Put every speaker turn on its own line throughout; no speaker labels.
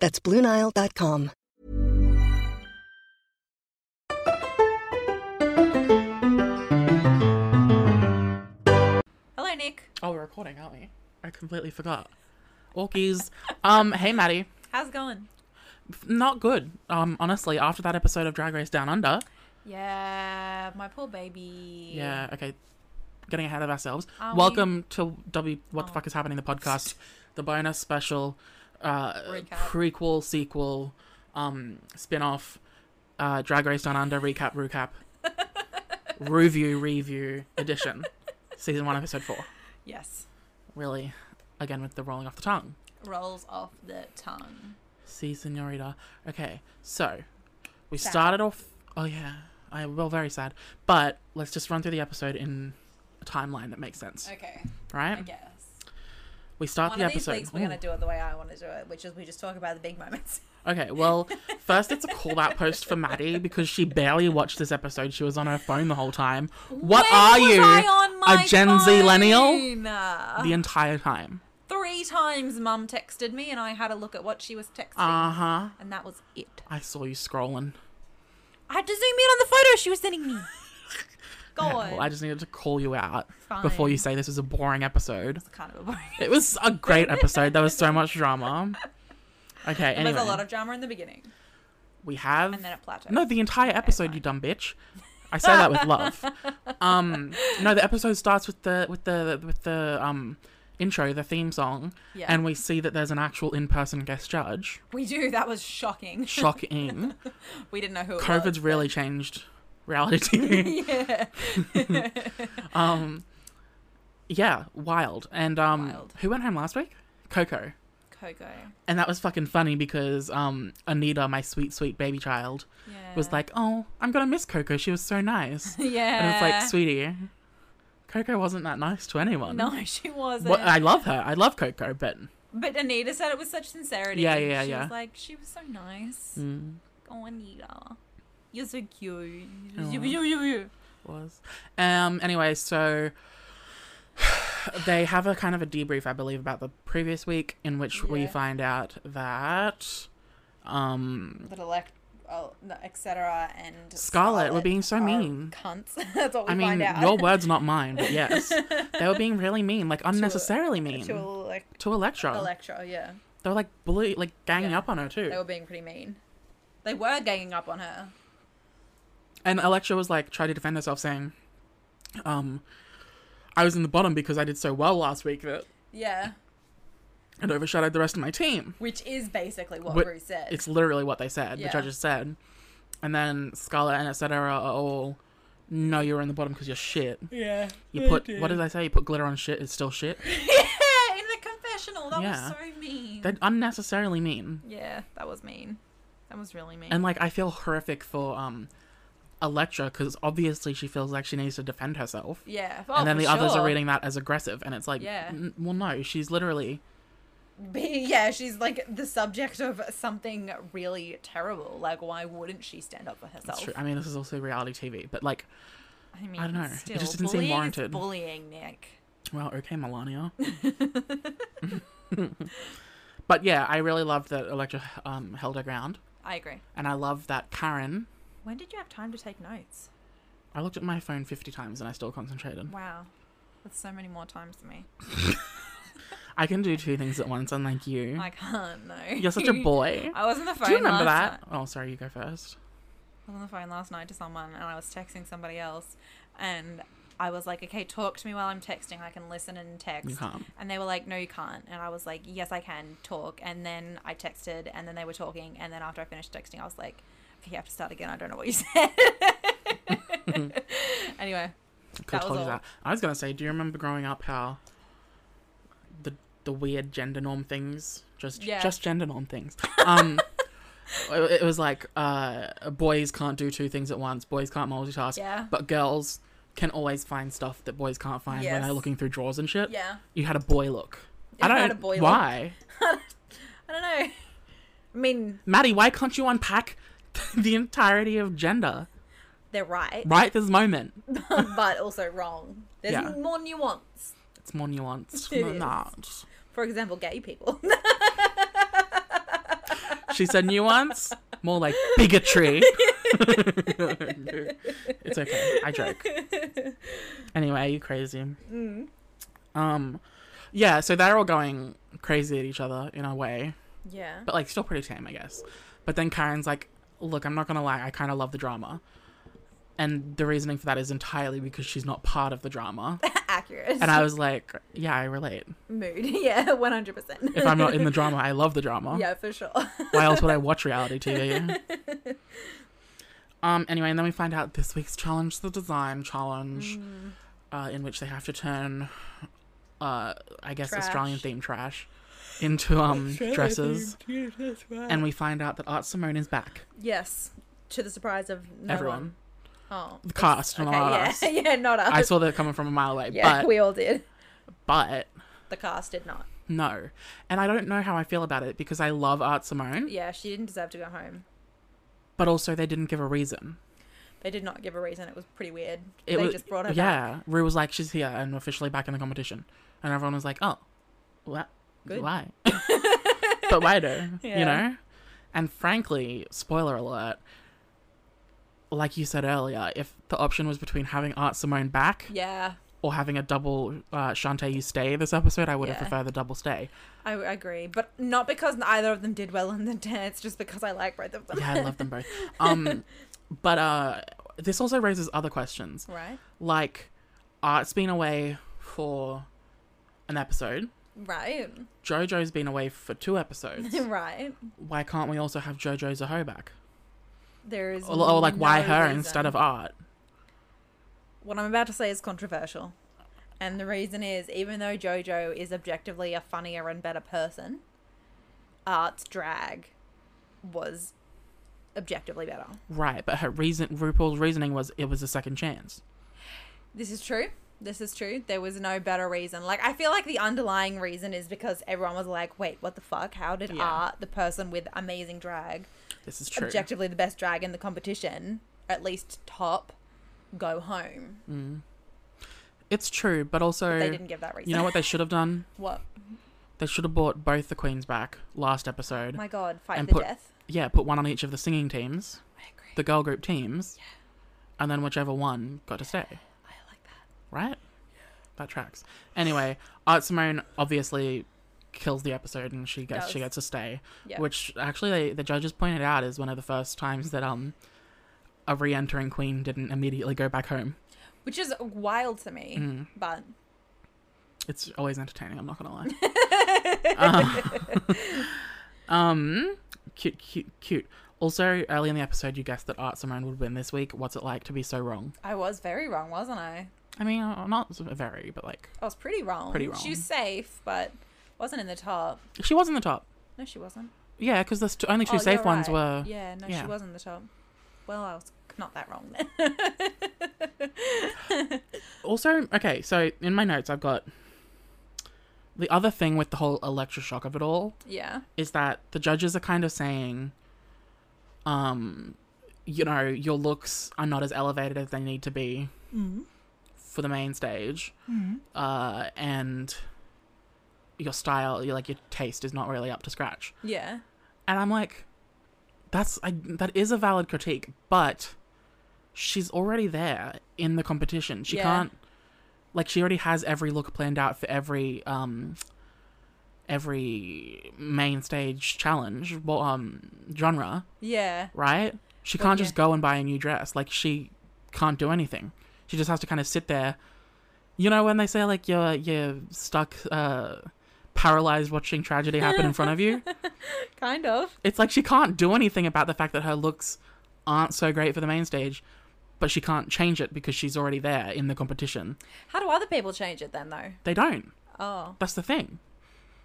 That's BlueNile.com.
Hello, Nick.
Oh, we're recording, aren't we? I completely forgot. Orkies. um, hey Maddie.
How's it going?
Not good. Um, honestly, after that episode of Drag Race Down Under.
Yeah, my poor baby.
Yeah, okay. Getting ahead of ourselves.
Are we-
Welcome to W What the fuck is happening the podcast. The bonus special uh
Recap.
prequel, sequel, um, spin-off, uh Drag Race Down Under, recap, recap. review, review edition. Season one, episode four.
Yes.
Really, again with the rolling off the tongue.
Rolls off the tongue.
See, senorita. Okay, so we
Sad.
started off. Oh yeah, I well very sad. But let's just run through the episode in a timeline that makes sense,
Okay,
right?
I guess.
We start
One
the
of these
episode.
weeks we're
Ooh.
gonna do it the way I want to do it, which is we just talk about the big moments.
Okay, well, first it's a call out post for Maddie because she barely watched this episode. She was on her phone the whole time. What
When
are
was
you?
I on my
a Gen Z lennial?
phone? Uh,
The entire time.
Three times, Mum texted me, and I had a look at what she was texting,
Uh huh.
and that was it.
I saw you scrolling.
I had to zoom in on the photo she was sending me. God,
Okay, well, I just needed to call you out
Fine.
before you say this was a boring episode.
kind of a boring.
It was a great episode. There was so much drama. Okay,
There was
anyway,
a lot of drama in the beginning,
we have
and then it plateaued.
no the entire episode. you dumb bitch. I say that with love. Um, no, the episode starts with the with the with the um intro, the theme song,
Yeah.
and we see that there's an actual in-person guest judge.
we do. That was shocking.
Shocking.
We didn't know who it was.
COVID's really changed reality TV.
Yeah.
um, yeah, wild. And um,
Wild.
who went home last week? Coco.
Coco.
And that was fucking funny because um, Anita, my sweet, sweet baby child,
Yeah.
was like, "Oh, I'm gonna miss Coco. She was so nice."
yeah.
And it's like, sweetie, Coco wasn't that nice to anyone.
No, she wasn't.
What, I love her. I love Coco, but
but Anita said it with such sincerity.
Yeah, yeah,
she
yeah.
was like, she was so nice.
mm,
Oh, Anita. You're so cute.
Aw.
You- you- you- you.
was. Um. Anyway, so they have a kind of a debrief, I believe, about the previous week, in which we
Yeah.
find out that um
Little like, oh, no, etc. And
Scarlett were being so
are
mean.
Cunts. That's what we
I mean,
find out.
your words, not mine, but yes, they were being really mean, like unnecessarily mean
to like
to Electra.
Electra, yeah.
they were like bully, like ganging
Yeah.
up on her too.
They were being pretty mean. They were ganging up on her.
And Electra was like trying to defend herself, saying, "Um, I was in the bottom because I did so well last week that
Yeah,
it overshadowed the rest of my team."
which is basically what,
What-
Rue said.
It's literally what they said.
Yeah.
The judges said, and then Scarlett and etc. are all, "No, you're in the bottom because you're shit.
yeah.
You put what did I say? You put glitter on shit. It's still shit.
Yeah, in the confessional. That
Yeah.
was so mean.
They're unnecessarily mean."
yeah, that was mean. That was really mean.
And like, I feel horrific for um, Electra because obviously she feels like she needs to defend herself.
yeah. oh,
and then the others are
reading.
reading that as aggressive, and it's like,
Yeah.
n- well, no, she's literally
being yeah she's like the subject of something really terrible like why wouldn't she stand up for herself
That's true. I mean, this is also reality TV, but like,
i mean
don't know. It
still,
just didn't seem
bullying is
warranted.
bullying nick
well, okay, Melania. but yeah, I really loved that Electra um, held her ground,
i agree
and I love that Karen.
when did you have time to take notes
I looked at my phone fifty times and I still concentrated.
wow that's so many more times than me
I can do two things at once, unlike you.
i can't no
Mm. You're such a boy.
i was on the phone
do you remember
last
that?
night-
Oh, sorry, you go first.
i was on the phone last night to someone and i was texting somebody else and i was like okay talk to me while i'm texting i can listen and text
You can't.
And they were like, no, you can't. And I was like, yes, I can talk. And then I texted, and then they were talking. And then after I finished texting, I was like, okay, you have to start again. I don't know what you said. anyway,
Could
That was
have told you
all.
that. I was gonna say, do you remember growing up how the the weird gender norm things, just
Yeah.
just gender norm things, um, it it was like uh, boys can't do two things at once. Boys can't multitask.
Yeah.
But girls can always find stuff that boys can't find when
Yes.
they're looking through drawers and shit.
Yeah.
You had a boy look. I
It
don't
had a boy look.
why.
I don't know. I mean,
Maddie, why can't you unpack the entirety of gender
they're right,
right this moment?
but also wrong. There's
Yeah.
more nuance.
It's more nuanced
It
than
is.
that.
For example, gay people.
She said nuance, more like bigotry. it's okay. I joke. Anyway, you crazy. Um, yeah. So they're all going crazy at each other in a way,
yeah.
but like still pretty tame, I guess. But then Karen's like, "Look, I'm not gonna lie. I kind of love the drama." And the reasoning for that is entirely because she's not part of the drama.
Accurate.
And I was like, yeah, I relate.
Mood. Yeah, 100%.
If I'm not in the drama, I love the drama.
yeah, for sure.
Why else would I watch reality TV? um. Anyway, and then we find out this week's challenge, the design challenge,
Mm.
uh, in which they have to turn, uh, I guess
Trash.
Australian themed trash into um dresses, and we find out that Art Simone is back.
Yes. To the surprise of no
Everyone,
One. Oh.
the cast,
Okay,
not
yeah.
us.
yeah, not us.
I saw that coming from a mile away,
yeah,
but
we all did.
but
The cast did not.
no, and I don't know how I feel about it because I love Art Simone,
Yeah, she didn't deserve to go home.
but also they didn't give a reason.
They did not give a reason. It was pretty weird.
it
they
was,
just brought her back.
yeah rue was like she's here and officially back in the competition and everyone was like oh what
Good.
why but why though you
Yeah.
know and frankly spoiler alert like you said earlier if the option was between having art simone back
Yeah,
or having a double uh, shantae you stay this episode i would have
Yeah.
preferred the double stay
I I agree. But not because either of them did well in the dance, just because I like both of them.
yeah i love them both um but uh this also raises other questions
Right?
like art's been away for an episode
Right.
JoJo's been away for two episodes.
right.
why can't we also have JoJo Zaho back?
There is.
Or, or like, why
no
her
reason.
instead of Art?
What I'm about to say is controversial. And the reason is, even though JoJo is objectively a funnier and better person, Art's drag was objectively better.
Right, but her reason, RuPaul's reasoning was it was a second chance.
This is true. This is true. There was no better reason. Like, I feel like the underlying reason is because everyone was like, wait, what the fuck? How did
Yeah.
Art, the person with amazing drag,
This is true.
objectively the best drag in the competition, at least top, go home?
it's true, but also,
They didn't give that reason.
you know what they should have done?
What?
They should have brought both the queens back last episode.
My God, fight
And
the
put-
death.
yeah, put one on each of the singing teams,
I agree.
the girl group teams, and then whichever one got to stay.
I like that.
Right? That tracks. Anyway, Art Simone obviously kills the episode and she gets she
Does.
gets a stay.
Yeah.
Which actually they, the judges pointed out is one of the first times that um a re entering queen didn't immediately go back home.
Which is wild to me,
Mm-hmm.
but
It's always entertaining, I'm not gonna lie. Uh, um cute cute cute. Also, early in the episode, you guessed that Art Simone would win this week. What's it like to be so wrong?
I was very wrong, wasn't I?
I mean, uh, not very, but like,
I was pretty wrong.
Pretty wrong.
She was safe, but wasn't in the top.
she was in the top.
No, she wasn't.
Yeah, because the st- only two
Oh,
safe
you're
ones
right.
were.
Yeah, no,
yeah.
she was in the top. Well, I was not that wrong then.
Also, okay, so in my notes, I've got the other thing with the whole electroshock of it all
yeah.
is that the judges are kind of saying, um, you know, your looks are not as elevated as they need to be for the main stage, uh, and your style, your like your taste is not really up to scratch.
Yeah.
And I'm like, that's I, that is a valid critique, but she's already there in the competition. She
Yeah.
can't like she already has every look planned out for every um every main stage challenge well um genre,
Yeah.
right? She
Well,
can't
yeah.
just go and buy a new dress. Like she can't do anything. She just has to kind of sit there. You know when they say like you're you're stuck uh paralyzed watching tragedy happen in front of you?
Kind of.
it's like she can't do anything about the fact that her looks aren't so great for the main stage, but she can't change it because she's already there in the competition.
How do other people change it then, though?
They don't.
Oh,
That's the thing.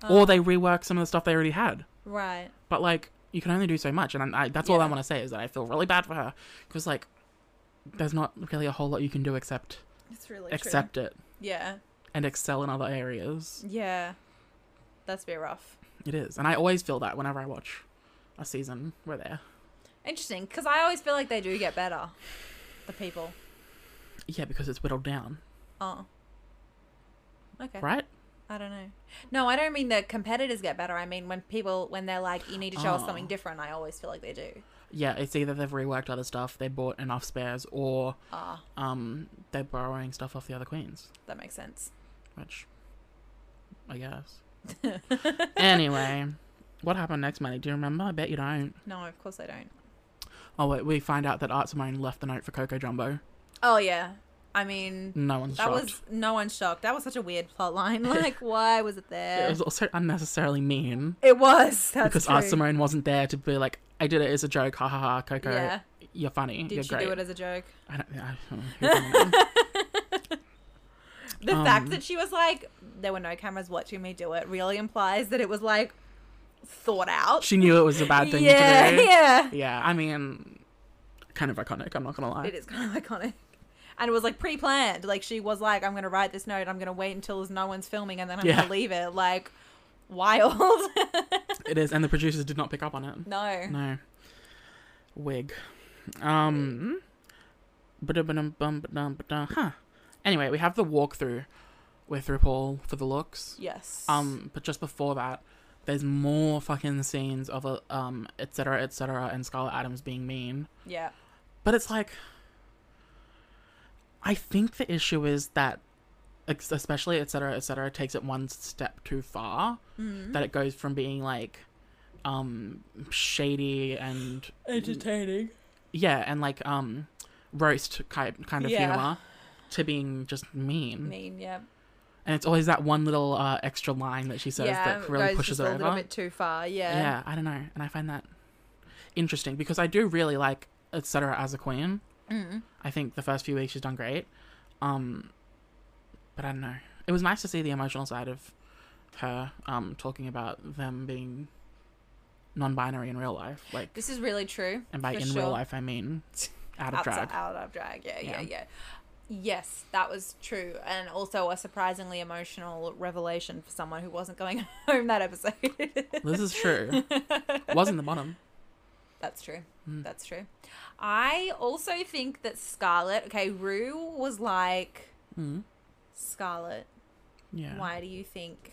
Or they rework some of the stuff they already had.
right.
But like you can only do so much, and I, I, that's all I
Yeah.
want to say is that I feel really bad for her because like there's not really a whole lot you can do except
It's really
accept it
true. Yeah.
and excel in other areas.
Yeah. That's a bit rough.
It is, and I always feel that whenever I watch a season where they're
Interesting, because I always feel like they do get better. The people.
yeah because it's whittled down,
Oh. Okay.
right?
I don't know. No, I don't mean the competitors get better. I mean when people when they're like, you need to show us something
Oh.
different. I always feel like they do.
Yeah, it's either they've reworked other stuff, they bought enough spares, or
Ah,
um they're borrowing stuff off the other queens,
that makes sense.
which I guess. anyway, what happened next, Maddie? Do you remember? I bet you don't.
No, of course I don't.
Oh wait, we find out that Art Simone left the note for Coco Jumbo.
Oh yeah. I mean
No one's
that
Mm, shocked.
was no one's shocked. That was such a weird plot line. Like why was it there?
It was also unnecessarily mean
It was. That's
because
true.
Art Simone wasn't there to be like, "I did it as a joke, ha ha ha, Coco,
Yeah.
you're funny,
Did
you're
she
great."
do it as a joke?
I don't, I don't know.
The fact
Um,
that she was like, there were no cameras watching me do it really implies that it was like thought out.
she knew it was a bad thing
yeah,
to do.
yeah.
Yeah, I mean, kind of iconic. I'm not gonna lie.
It is kind of iconic. And it was like pre planned. Like she was like, I'm going to write this note. I'm going to wait until there's no one's filming and then I'm going
Yeah.
to leave it. Like, wild.
It is, and the producers did not pick up on it.
no.
No. Wig. Um. ba-dum-ba-dum, bum-ba-dum, ba-dum, Huh. Anyway, we have the walkthrough with RuPaul for the looks.
Yes.
Um, but just before that, there's more fucking scenes of uh, um, et cetera, et cetera, and Scarlett Adams being mean.
Yeah.
But it's like, I think the issue is that, ex- especially et cetera, et cetera, takes it one step too far.
Mm-hmm.
That it goes from being like, um, shady and
Entertaining.
yeah, and like um, roast kind kind of
Yeah.
humor, to being just mean.
Mean, yeah.
And it's always that one little uh, extra line that she says
yeah.
that
it
really
goes
pushes
just
her
a little
over.
bit too far.
yeah.
Yeah.
I don't know, and I find that interesting because I do really like etc. as a queen.
Mm.
I think the first few weeks she's done great. Um, but I don't know. It was nice to see the emotional side of her um, talking about them being non-binary in real life, like,
This is really true.
and by
for
in
sure.
real life I mean out of
outside,
drag.
out of drag. Yeah, yeah,
Yeah.
yeah, Yes, that was true, and also a surprisingly emotional revelation for someone who wasn't going home that episode.
This is true. Wasn't the bottom.
That's true.
Hmm.
That's true. I also think that Scarlet. Okay, Rue was like
Mm.
Scarlet.
Yeah.
Why do you think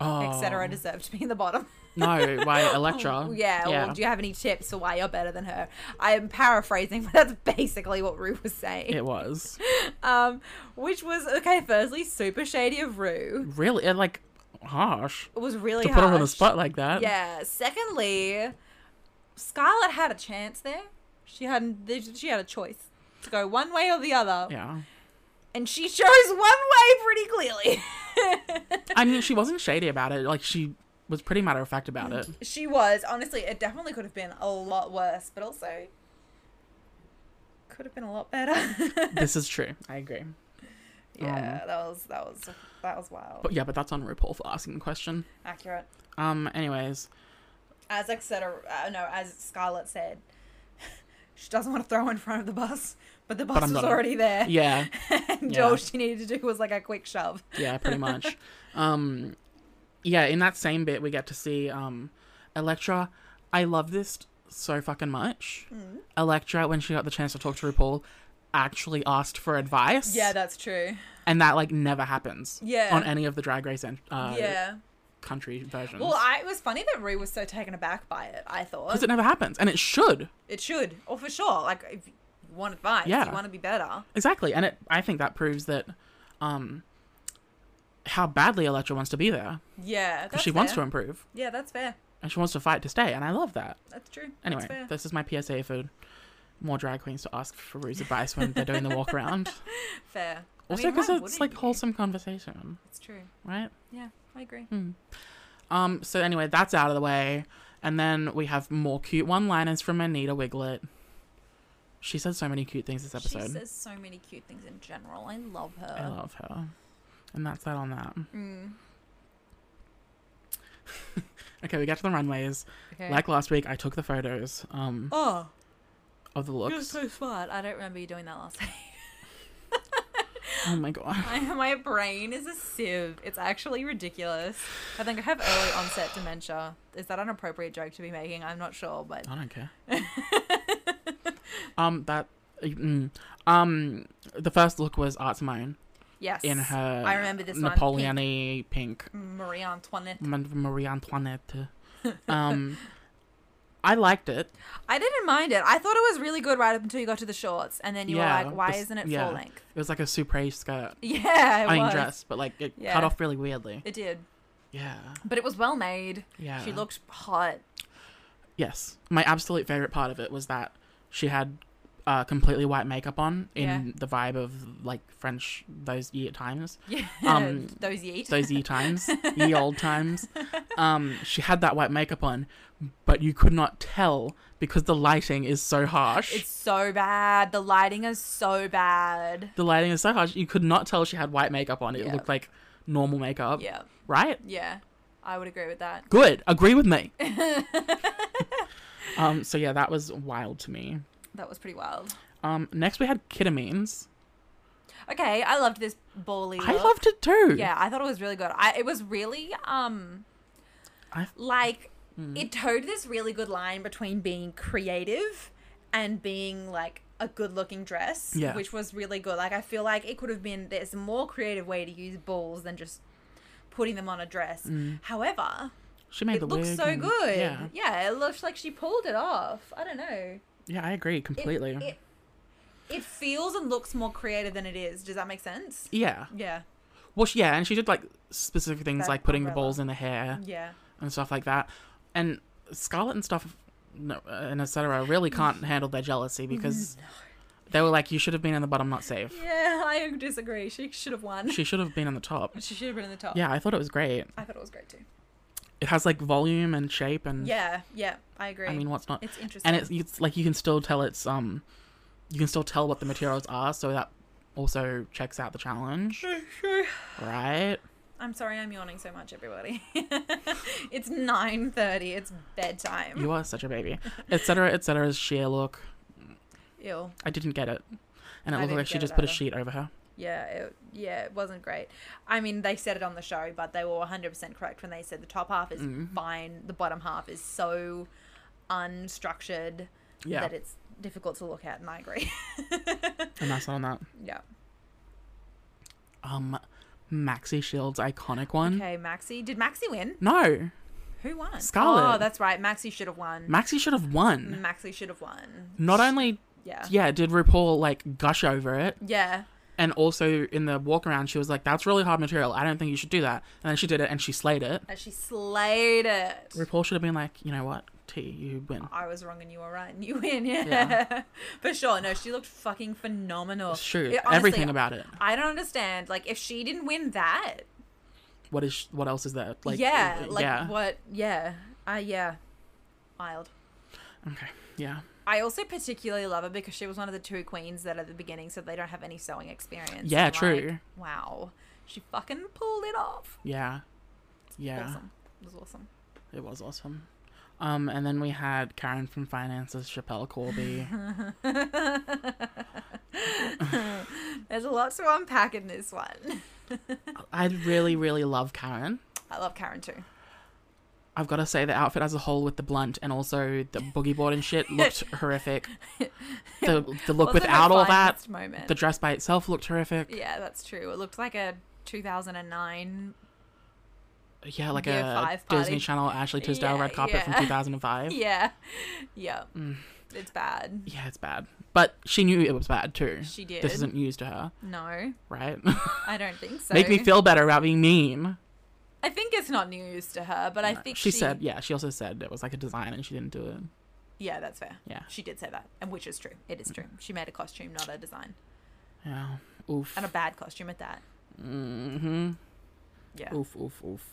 Oh.
etc. deserved to be in the bottom?
No, why Electra?
Yeah,
Yeah.
Well, do you have any tips for why you're better than her? I am paraphrasing, but that's basically what Rue was saying.
it was
um, which was okay. Firstly, super shady of Rue.
really it, like harsh
It was really
to put her on the
harsh.
spot like that.
Yeah. Secondly, Scarlett had a chance there. She had she had a choice to go one way or the other,
Yeah.
and she chose one way pretty clearly.
I mean, she wasn't shady about it. Like she was pretty matter of fact about it.
she was honestly. It definitely could have been a lot worse, but also could have been a lot better.
This is true. I agree.
yeah, that was that was that was wild.
Um, But yeah, but that's on RuPaul for asking the question.
Accurate.
Um. Anyways,
as etc. Uh, no, as Scarlett said, she doesn't want to throw in front of the bus, but the bus
I'm
was
not-
already there.
yeah,
and
yeah.
all she needed to do was like a quick shove.
yeah, pretty much. Um. Yeah, in that same bit, we get to see um, Electra. I love this so fucking much.
Mm-hmm.
Electra, when she got the chance to talk to RuPaul, actually asked for advice.
Yeah, that's true.
and that like never happens.
Yeah.
on any of the Drag Race and uh,
yeah.
country versions.
Well, I, it was funny that Rue was so taken aback by it. I thought
because it never happens, and it should
it should, or for sure, like if you want advice,
Yeah.
you want to be better.
exactly, and it. I think that proves that, um, how badly Electra wants to be there
Yeah, that's
because she wants to
fair.
improve
Yeah, that's fair.
and she wants to fight to stay, and I love that.
That's true.
Anyway,
that's fair.
this is my PSA for more drag queens to ask for Rue's advice when they're doing the walk around.
fair. I
Also,
mean,
because
why
it's
wouldn't
like
you?
wholesome conversation,
It's true.
right?
Yeah, I agree.
Um. So anyway, that's out of the way, and then we have more cute one-liners from Anita Wiglet. She said so many cute things this
She
episode.
says so many cute things in general. I love her.
I love her, and that's that on that.
Mm.
Okay, we get to the runways.
Okay.
Like last week, I took the photos um,
oh,
of the
you're
looks.
so smart. I don't remember you doing that last time.
Oh my god.
I, my brain is a sieve. It's actually ridiculous. I think I have early onset dementia. Is that an appropriate joke to be making? I'm not sure, but
I don't care. um, that. Mm, um, the first look was Art Simone
yes.
in her
I remember this one.
Napoleon pink.
Marie Antoinette.
Man- Marie Antoinette. Um, I liked it.
I didn't mind it. I thought it was really good right up until you got to the shorts, and then you
Yeah,
were like, "Why
this-
isn't it
yeah.
full length?"
It was like a supre skirt.
Yeah, it
I mean,
was.
dress, but like it
Yeah.
cut off really weirdly.
It did,
Yeah.
but it was well made.
Yeah.
She looked hot.
Yes. My absolute favorite part of it was that she had uh, completely white makeup on in
Yeah.
the vibe of like French those year times,
Yeah,
Um,
those yeet.
those ye times, ye old times. Um, she had that white makeup on, but you could not tell because the lighting is so harsh.
It's so bad. The lighting is so bad.
the lighting is so harsh. You could not tell she had white makeup on. It
Yeah.
looked like normal makeup.
Yeah,
Right?
yeah. I would agree with that.
Good. Agree with me. um, so yeah, that was wild to me.
That was pretty wild.
Um, next we had ketamines.
Okay, I loved this bally.
I
look.
loved it too.
Yeah, I thought it was really good. I it was really um
I-
like
Mm.
it towed this really good line between being creative and being like a good looking dress,
Yeah.
which was really good. Like I feel like it could have been there's a more creative way to use balls than just putting them on a dress.
Mm.
However,
She made
it
the
looks
wig
so
and-
good.
Yeah,
it looks like she pulled it off. I don't know.
yeah, I agree
It-
completely.
It, it feels and looks more creative than it is. Does that make sense?
yeah,
Yeah.
well, she, yeah, and she did like specific things
That
like putting the
umbrella. Mm.
balls in the hair
Yeah.
and stuff like that, and Scarlet and stuff, no, uh, and etc. Really
Mm.
can't handle their jealousy because they were like, "You should have been in the bottom, not safe.
Yeah, I disagree. She should have won.
She should have been in the top."
She should have been in the top.
Yeah, I thought it was great.
I thought it was great too.
It has like volume and shape and
Yeah, yeah, I agree.
I mean, what's not?
it's interesting.
and it's, it's like you can still tell it's um, you can still tell what the materials are, so that also checks out the challenge, right?
I'm sorry I'm yawning so much, everybody. it's 9.30. It's bedtime.
You are such a baby. Etc. Etc.'s sheer look.
Ew.
I didn't get it. And it
I
looked
didn't
like she
get it
just put a
either.
sheet over her.
Yeah, it, yeah, it wasn't great. I mean, they said it on the show, but they were 100% correct when they said the top half is
Mm-hmm.
fine. The bottom half is so unstructured
Yeah.
that it's difficult to look at, and I agree.
And that's not on that.
yeah.
Um, Maxi Shields' iconic one.
Okay, Maxie. Did Maxie win?
No,
Who won?
Scarlett.
Oh, that's right. Maxie should have won.
Maxi should have won.
Maxie should have won.
Not only,
Mm. Yeah.
yeah, did RuPaul like gush over it,
Yeah.
and also in the walk around, she was like, "That's really hard material. I don't think you should do that." And then she did it, and she slayed it.
And she slayed it.
RuPaul should have been like, "You know what? T, you win."
I was wrong and you were right and you win. Yeah.
Yeah.
For sure. No, she looked fucking phenomenal.
Shoot,
It- honestly,
everything about it.
I don't understand. Like, if she didn't win that,
What is? What else is there? Like,
yeah.
uh,
Like,
yeah.
what? Yeah. Uh, yeah. Wild.
Okay, yeah.
I also particularly love her because she was one of the two queens that at the beginning said they don't have any sewing experience.
Yeah,
I'm like,
true.
wow. She fucking pulled it off.
Yeah. Yeah.
Awesome. It was awesome.
It was awesome. Um, and then we had Karen from Finances, Chappelle Corby.
There's a lot to unpack in this one.
I really, really love Karen.
I love Karen too.
I've got to say, the outfit as a whole with the blunt and also the boogie board and shit looked horrific. The, the look
Wasn't her
without all that,
finest moment.
the dress by itself looked horrific.
Yeah, that's true. It looked like a 2009.
Yeah, like
Year
a
five
Disney
party.
Channel Ashley Tisdale
Yeah,
red carpet
yeah.
from 2005. Yeah.
Yeah. Yeah.
Mm.
It's bad.
it's bad. But she knew it was bad too.
She did.
This isn't news to her,
No,
right?
I don't think so.
Make me feel better about being mean.
I think it's not news to her, but I think
She said, yeah, she also said it was like a design and she didn't do it.
Yeah, that's fair.
Yeah. Mm.
She did say that, and which is true. It is true. She made a costume, not a design,
Yeah. Oof.
and a bad costume at that.
Mm-hmm.
Yeah.
Oof, oof, oof.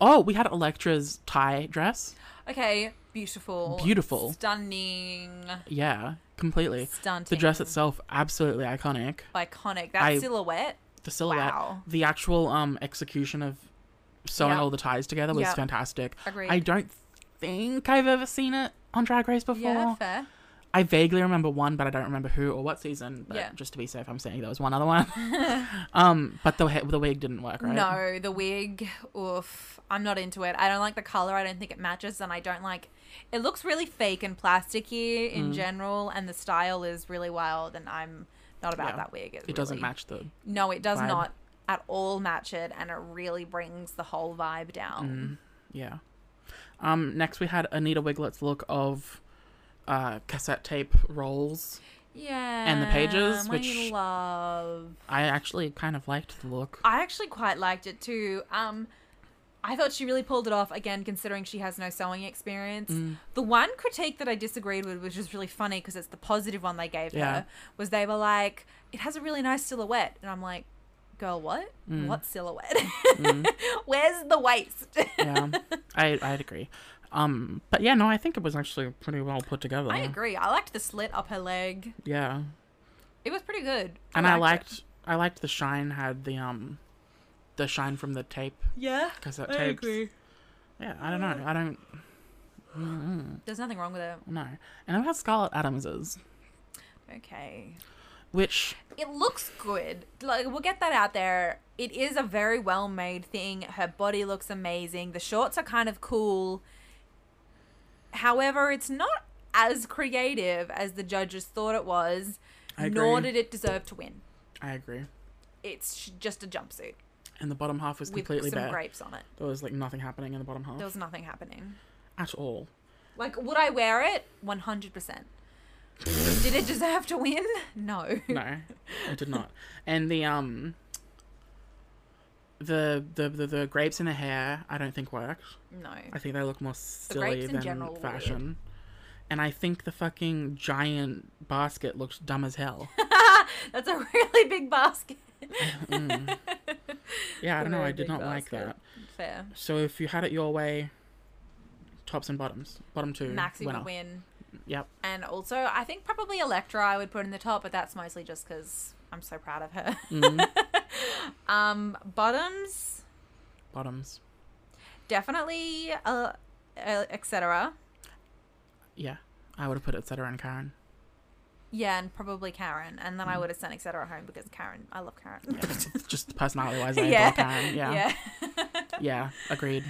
Oh, we had Electra's tie dress.
Okay. Beautiful.
Beautiful.
Stunning.
Yeah, completely. The
Stunting.
dress itself, absolutely iconic.
Iconic. That
I-
silhouette.
The silhouette,
Wow.
the actual um execution of sewing
Yeah.
all the ties together was
Yeah.
fantastic.
Agreed.
I don't think I've ever seen it on Drag Race before.
Yeah, fair.
I vaguely remember one, but I don't remember who or what season. But
Yeah.
just to be safe, I'm saying there was one other one. um, but the he- the wig didn't work, right?
No, the wig. Oof, I'm not into it. I don't like the color. I don't think it matches, and I don't like. It looks really fake and plasticky
Mm.
in general, and the style is really wild. And I'm not about
Yeah.
that wig.
it doesn't
really-
match the.
No, it does
vibe.
not at all match it, and it really brings the whole vibe
Mm.
down.
Yeah. Um. Next, we had Anita Wiglet's look of uh, cassette tape rolls.
Yeah,
And the pages,
my
which-
love.
I actually kind of liked the look.
I actually quite liked it too. Um, I thought she really pulled it off again, considering she has no sewing experience.
Mm.
The one critique that I disagreed with, which is really funny because it's the positive one they gave
Yeah.
her, was they were like, "It has a really nice silhouette," and I'm like, "Girl, what?
Mm.
What silhouette? Where's the waist?"
Yeah, I I'd agree. Um, but yeah, no, I think it was actually pretty well put together.
I agree. I liked the slit up her leg.
Yeah,
It was pretty good.
and I
it.
liked I liked the shine had the um, the shine from the tape
Yeah,
cassette tapes. Yeah, I don't know. I don't
There's nothing wrong with it.
know. And it has Scarlett Adams's,
Okay.
which
it looks good. Like we'll get that out there. It is a very well made thing. Her body looks amazing. The shorts are kind of cool. However, it's not as creative as the judges thought it was,
I
nor
agree.
did it deserve to win.
I agree.
It's sh- just a jumpsuit
And the bottom half was
with
completely
some
bare.
grapes on it.
There was like nothing happening in the bottom half
There was nothing happening.
at all.
Like, would I wear it? 100%. did it deserve to win? No.
No, it did not. And the um, the the the, the grapes in the hair, I don't think worked.
No.
I think they look more silly
grapes in
than
general were weird.
fashion. And I think the fucking giant basket looked dumb as hell.
That's a really big basket.
Yeah, I don't know.
Very
I did
big
not like
basket.
that.
Fair.
So if you had it your way, tops and bottoms, bottom two,
Maxi
winner.
would win.
Yep.
And also, I think probably Electra I would put in the top, but that's mostly just because I'm so proud of her.
Mm.
um, bottoms,
Bottoms.
definitely, uh, uh, etc.
Yeah, I would have put etc. and Karen.
Yeah, and probably Karen. And then
Mm.
I would have sent etc. home because Karen, I love Karen.
Just personality wise, I
Yeah.
adore Karen. Yeah. yeah, agreed.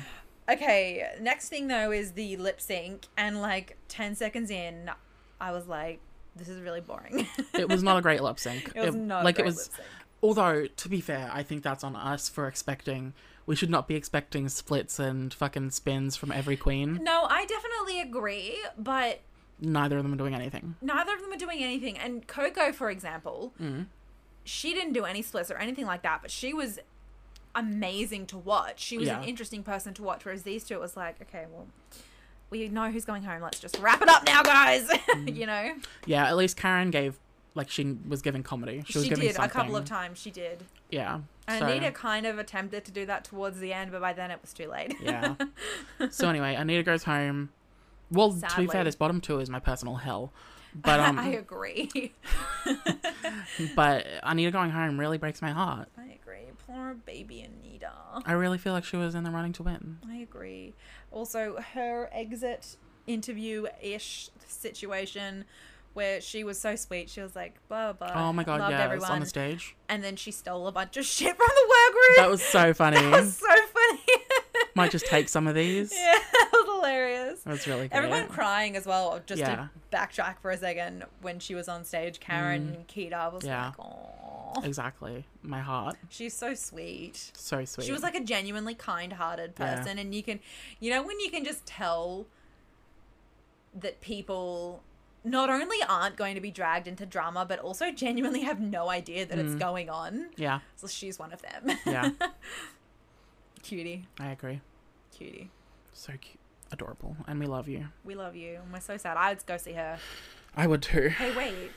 Okay, next thing though is the lip sync. And like 10 seconds in, I was like, this is really boring.
It was not a great lip sync.
It was not a
like
great
it was.
lip sync.
Although to be fair, I think that's on us for expecting. We should not be expecting splits and fucking spins from every queen.
no, I definitely agree, but
Neither of them are doing anything.
neither of them are doing anything. And Coco, for example,
Mm.
she didn't do any splits or anything like that, but she was amazing to watch. She was
Yeah.
an interesting person to watch, whereas these two, it was like, okay, well, we know who's going home. Let's just wrap it up now, guys.
Mm.
you know,
Yeah, at least Karen gave like she was giving comedy. She was
she
giving
did
something.
a couple of times. She did.
Yeah.
And
so,
Anita kind of attempted to do that towards the end, but by then it was too late.
yeah. So anyway, Anita goes home. Well, to be
Sadly.
fair, this bottom two is my personal hell. But
I
um,
agree.
but Anita going home really breaks my heart.
I agree. Poor baby Anita.
I really feel like she was in the running to win.
I agree. Also, her exit interview ish situation where she was so sweet. She was like, blah, blah.
Oh my god,
loved
yeah, it's on the stage.
And then she stole a bunch of shit from the workroom.
That was so funny.
That was so funny.
Might just take some of these.
yeah, that was hilarious.
That was really good.
Everyone crying as well. Just
Yeah.
to backtrack for a second, when she was on stage, Karen Keita was
Mm. Yeah.
like, "Aw,
Exactly. My heart.
she's so sweet."
So sweet.
She was like a genuinely kind-hearted
Yeah.
person, and you can, you know, when you can just tell that people not only aren't going to be dragged into drama, but also genuinely have no idea that it's going on.
Yeah.
So she's one of them.
Mm. Yeah.
cutie,
I agree.
cutie.
So cute. Adorable. And we love you.
We love you, and we're so sad. I would go see her.
I would too.
Hey, wait,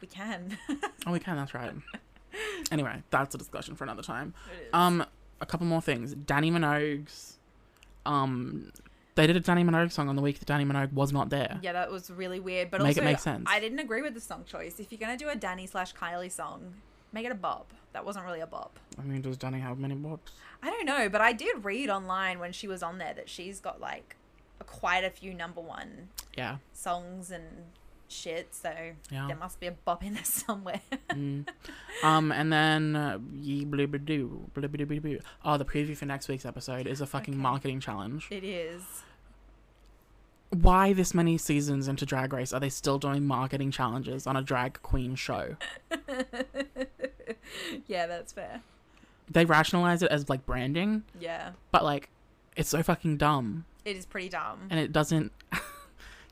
we can.
Oh, we can. That's right. anyway, that's a discussion for another time. Um, a couple more things. Danny Minogue's, um, they did a Danny Minogue song on the week that Danny Minogue was not there.
yeah, that was really weird. But
Make it
also,
make sense.
I didn't agree with the song choice. If you're gonna do a Danny slash Kylie song, Make it a bob. That wasn't really a bob.
I mean, does Danny have many bobs?
I don't know, but I did read online when she was on there that she's got like a, quite a few number one
Yeah.
songs and shit. So
Yeah.
there must be a bop in there somewhere.
Um, and then uh, ye blibbidoo, blibbidoo. Oh, the preview for next week's episode is a fucking marketing challenge.
it is.
Why this many seasons into Drag Race are they still doing marketing challenges on a drag queen show?
Yeah, that's fair.
They rationalize it as like branding,
Yeah,
but like it's so fucking dumb
it is pretty dumb.
and it doesn't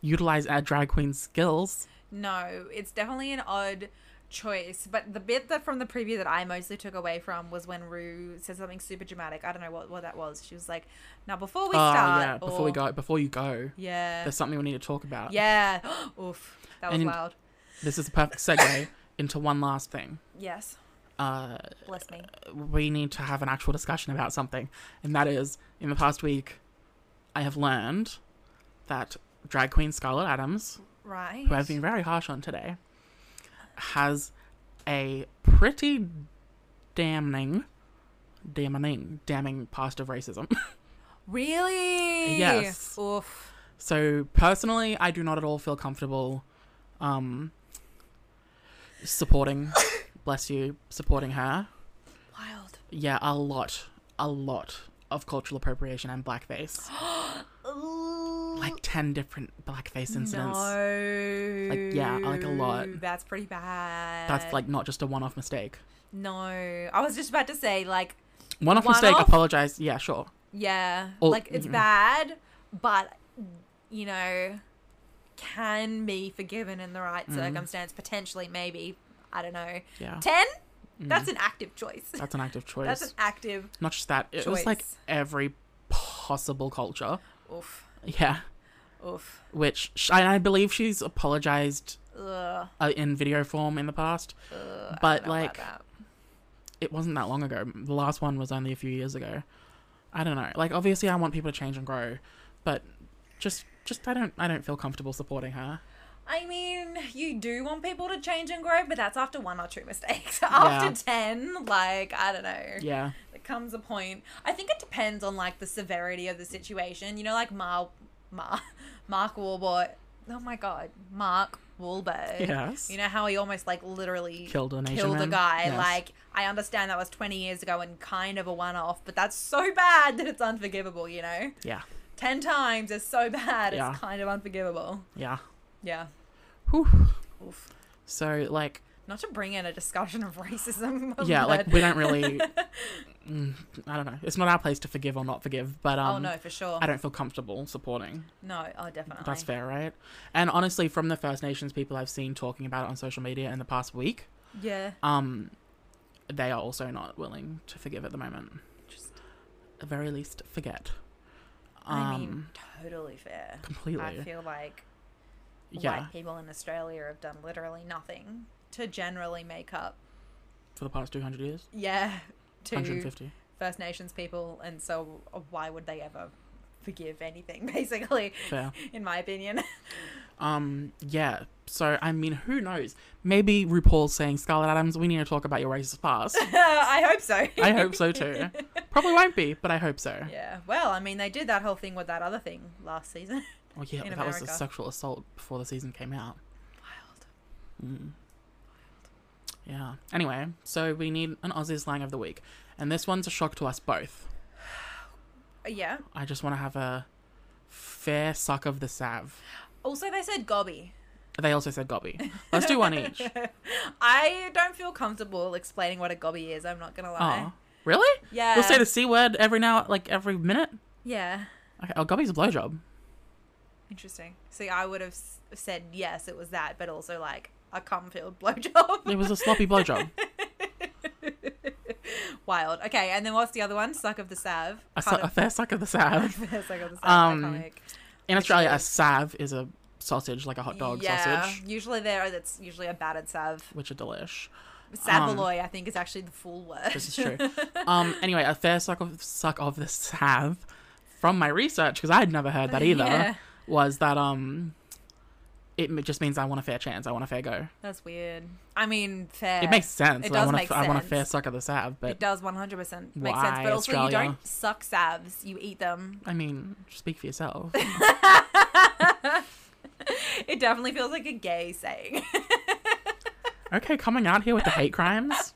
utilize our drag queen's skills.
No, it's definitely an odd choice. But the bit that from the preview that I mostly took away from was when Rue said something super dramatic. I don't know what, what that was. She was like, "Now before we
Oh,
start,
yeah, before we
or-
go, before you go,
yeah,
there's something we need to talk about.
yeah, oof, that was
And-
loud.
This is a perfect segue into one last thing.
Yes,
Uh,
bless me.
we need to have an actual discussion about something. And that is, in the past week, I have learned that drag queen Scarlett Adams,
Right.
who I've been very harsh on today, has a pretty damning, damning, damning past of racism.
Really?
Yes.
Oof.
so, personally, I do not at all feel comfortable um, supporting, bless you, supporting her.
Wild.
Yeah, a lot, a lot of cultural appropriation and blackface. like 10 different blackface incidents.
No.
Like, yeah, like a lot.
That's pretty bad.
That's like not just a one off mistake.
No, I was just about to say like
One off
One
mistake,
off?
apologize. Yeah, sure.
Yeah.
Or-
like it's
mhm.
bad, but you know, can be forgiven in the right
Mm-hmm.
circumstance. Potentially, maybe I don't know.
Yeah.
Ten. That's an active choice.
That's an active Mm. choice.
That's an active.
not just that, it was like
choice.
every possible culture.
Oof.
Yeah.
Oof.
Which sh- I I believe she's apologized
Ugh.
uh, in video form in the past,
I
but
don't know about
like
that.
it wasn't that long ago. The last one was only a few years ago. I don't know. Like obviously, I want people to change and grow, but just just I don't I don't feel comfortable supporting her.
I mean, you do want people to change and grow, but that's after one or two mistakes. after
Yeah.
ten, like I don't know.
Yeah.
There comes a point. I think it depends on like the severity of the situation. You know, like Mar, Mar, Mark Wahlberg. Oh my God, Mark Wahlberg.
Yes.
You know how he almost like literally
Killed an Asian
killed a
man?
guy.
Yes.
Like I understand that was twenty years ago and kind of a one-off, but that's so bad that it's unforgivable. You know,
Yeah.
ten times is so bad
Yeah.
it's kind of unforgivable.
Yeah.
Yeah.
Whew.
Oof.
So like
Not to bring in a discussion of racism.
yeah, like
but-
we don't really. Mm, I don't know. It's not our place to forgive or not forgive, but um,
oh no, for sure.
I don't feel comfortable supporting.
No, oh definitely.
That's fair, right? And honestly, from the First Nations people I've seen talking about it on social media in the past week,
Yeah.
um, they are also not willing to forgive at the moment.
Interesting.
Just at the very least, forget. Um,
I mean, totally fair.
completely.
I feel like
yeah,
white people in Australia have done literally nothing to generally make up,
for the past two hundred years,
yeah,
one hundred
to
fifty.
First Nations people, and so why would they ever forgive anything? Basically,
Fair.
in my opinion,
Um, yeah. So I mean, who knows? Maybe RuPaul's saying, "Scarlett Adams, we need to talk about your racist past."
I hope so.
I hope so too. Probably won't be, but I hope so.
yeah. Well, I mean, they did that whole thing with that other thing last season.
Oh yeah,
In
that was a
America.
sexual assault before the season came out. Mm.
Wild.
Yeah. Anyway, so we need an Aussie slang of the week, and this one's a shock to us both.
Yeah.
I just want to have a fair suck of the salve.
Also, they said gobby.
They also said gobby. Let's do one each.
I don't feel comfortable explaining what a gobby is. I'm not gonna lie.
Oh, really?
Yeah.
You'll say the c word every now, like every minute.
Yeah.
Okay. Oh, gobby's a blowjob.
Interesting. See, I would have s- said yes, it was that, but also like a cum filled blowjob.
It was a sloppy blowjob.
Wild. Okay, and then what's the other one? Suck of the Sav.
A, su-
Part
a
of-
fair suck of the salve.
Suck of the Sav.
Um,
iconic.
In Australia, a salve is a sausage, like a hot dog
yeah,
sausage,
usually there. It's usually a battered Sav.
which are delish.
Savaloy, I think, is actually the full word.
Um, This is true. um. Anyway, a fair suck of suck of the salve from my research because I had never heard that either.
Yeah.
Was that um, It m- just means I want a fair chance. I want a fair go.
That's weird. I mean, fair.
It makes sense.
It
I
does
want a
make
f- I want a
sense.
fair suck at the salve, but
It does 100% make sense. But
Why,
also, you
Australia?
don't suck salves, you eat them.
I mean, speak for yourself.
It definitely feels like a gay saying.
okay, coming out here with the hate crimes.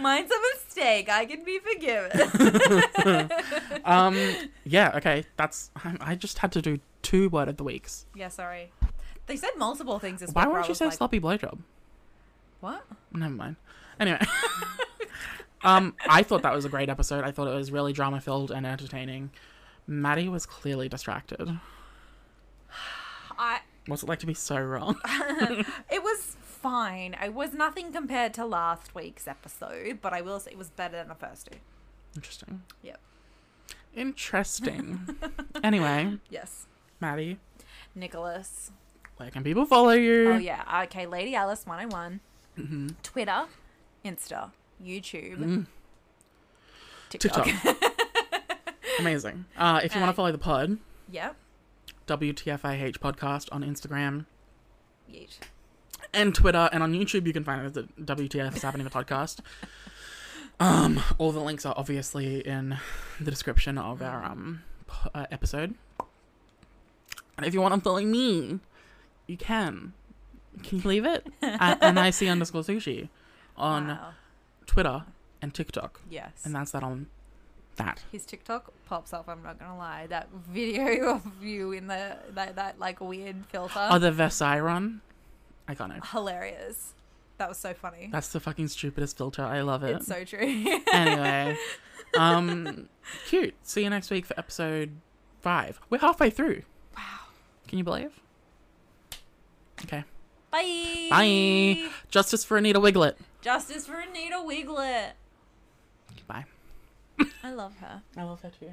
Mine's a mistake. I can be forgiven.
Um, yeah, okay, that's. I, I just had to do two word of the weeks.
yeah, sorry. They said multiple things as
Why
well. where I
weren't you
was
say
like,
sloppy blowjob?
What?
Never mind. Anyway. um, I thought that was a great episode. I thought it was really drama filled and entertaining. Maddie was clearly distracted.
I.
What's it like to be so wrong?
It was fine. It was nothing compared to last week's episode, but I will say it was better than the first two.
Interesting.
Yep.
Interesting. anyway,
Yes.
Maddie,
Nicholas.
where can people follow you?
Oh yeah. Okay, Lady Alice 101.
Mm-hmm.
Twitter, Insta, YouTube, TikTok.
Mm. TikTok. Amazing. Uh, if you want to follow the pod,
Yep.
WTFIH podcast on Instagram
Yeet.
and Twitter and on YouTube. You can find it at WTF is happening the podcast. Um, all the links are obviously in the description of our um p- uh, episode. And if you want to follow me, you can. Can you leave it at NIC underscore sushi on
Wow.
Twitter and TikTok,
Uh, Yes.
and that's that on that.
his TikTok pops up. I'm not gonna lie. That video of you in the that, that like weird filter,
Oh, the Versailles run. Iconic.
hilarious. That was so funny.
That's the fucking stupidest filter. I love it.
It's so true.
anyway, um, cute. See you next week for episode five. We're halfway through. Wow. Can you believe? Okay.
Bye.
Bye. Justice for Anita Wiglet.
Justice for Anita Wiglet.
Bye.
I love her.
I love her too.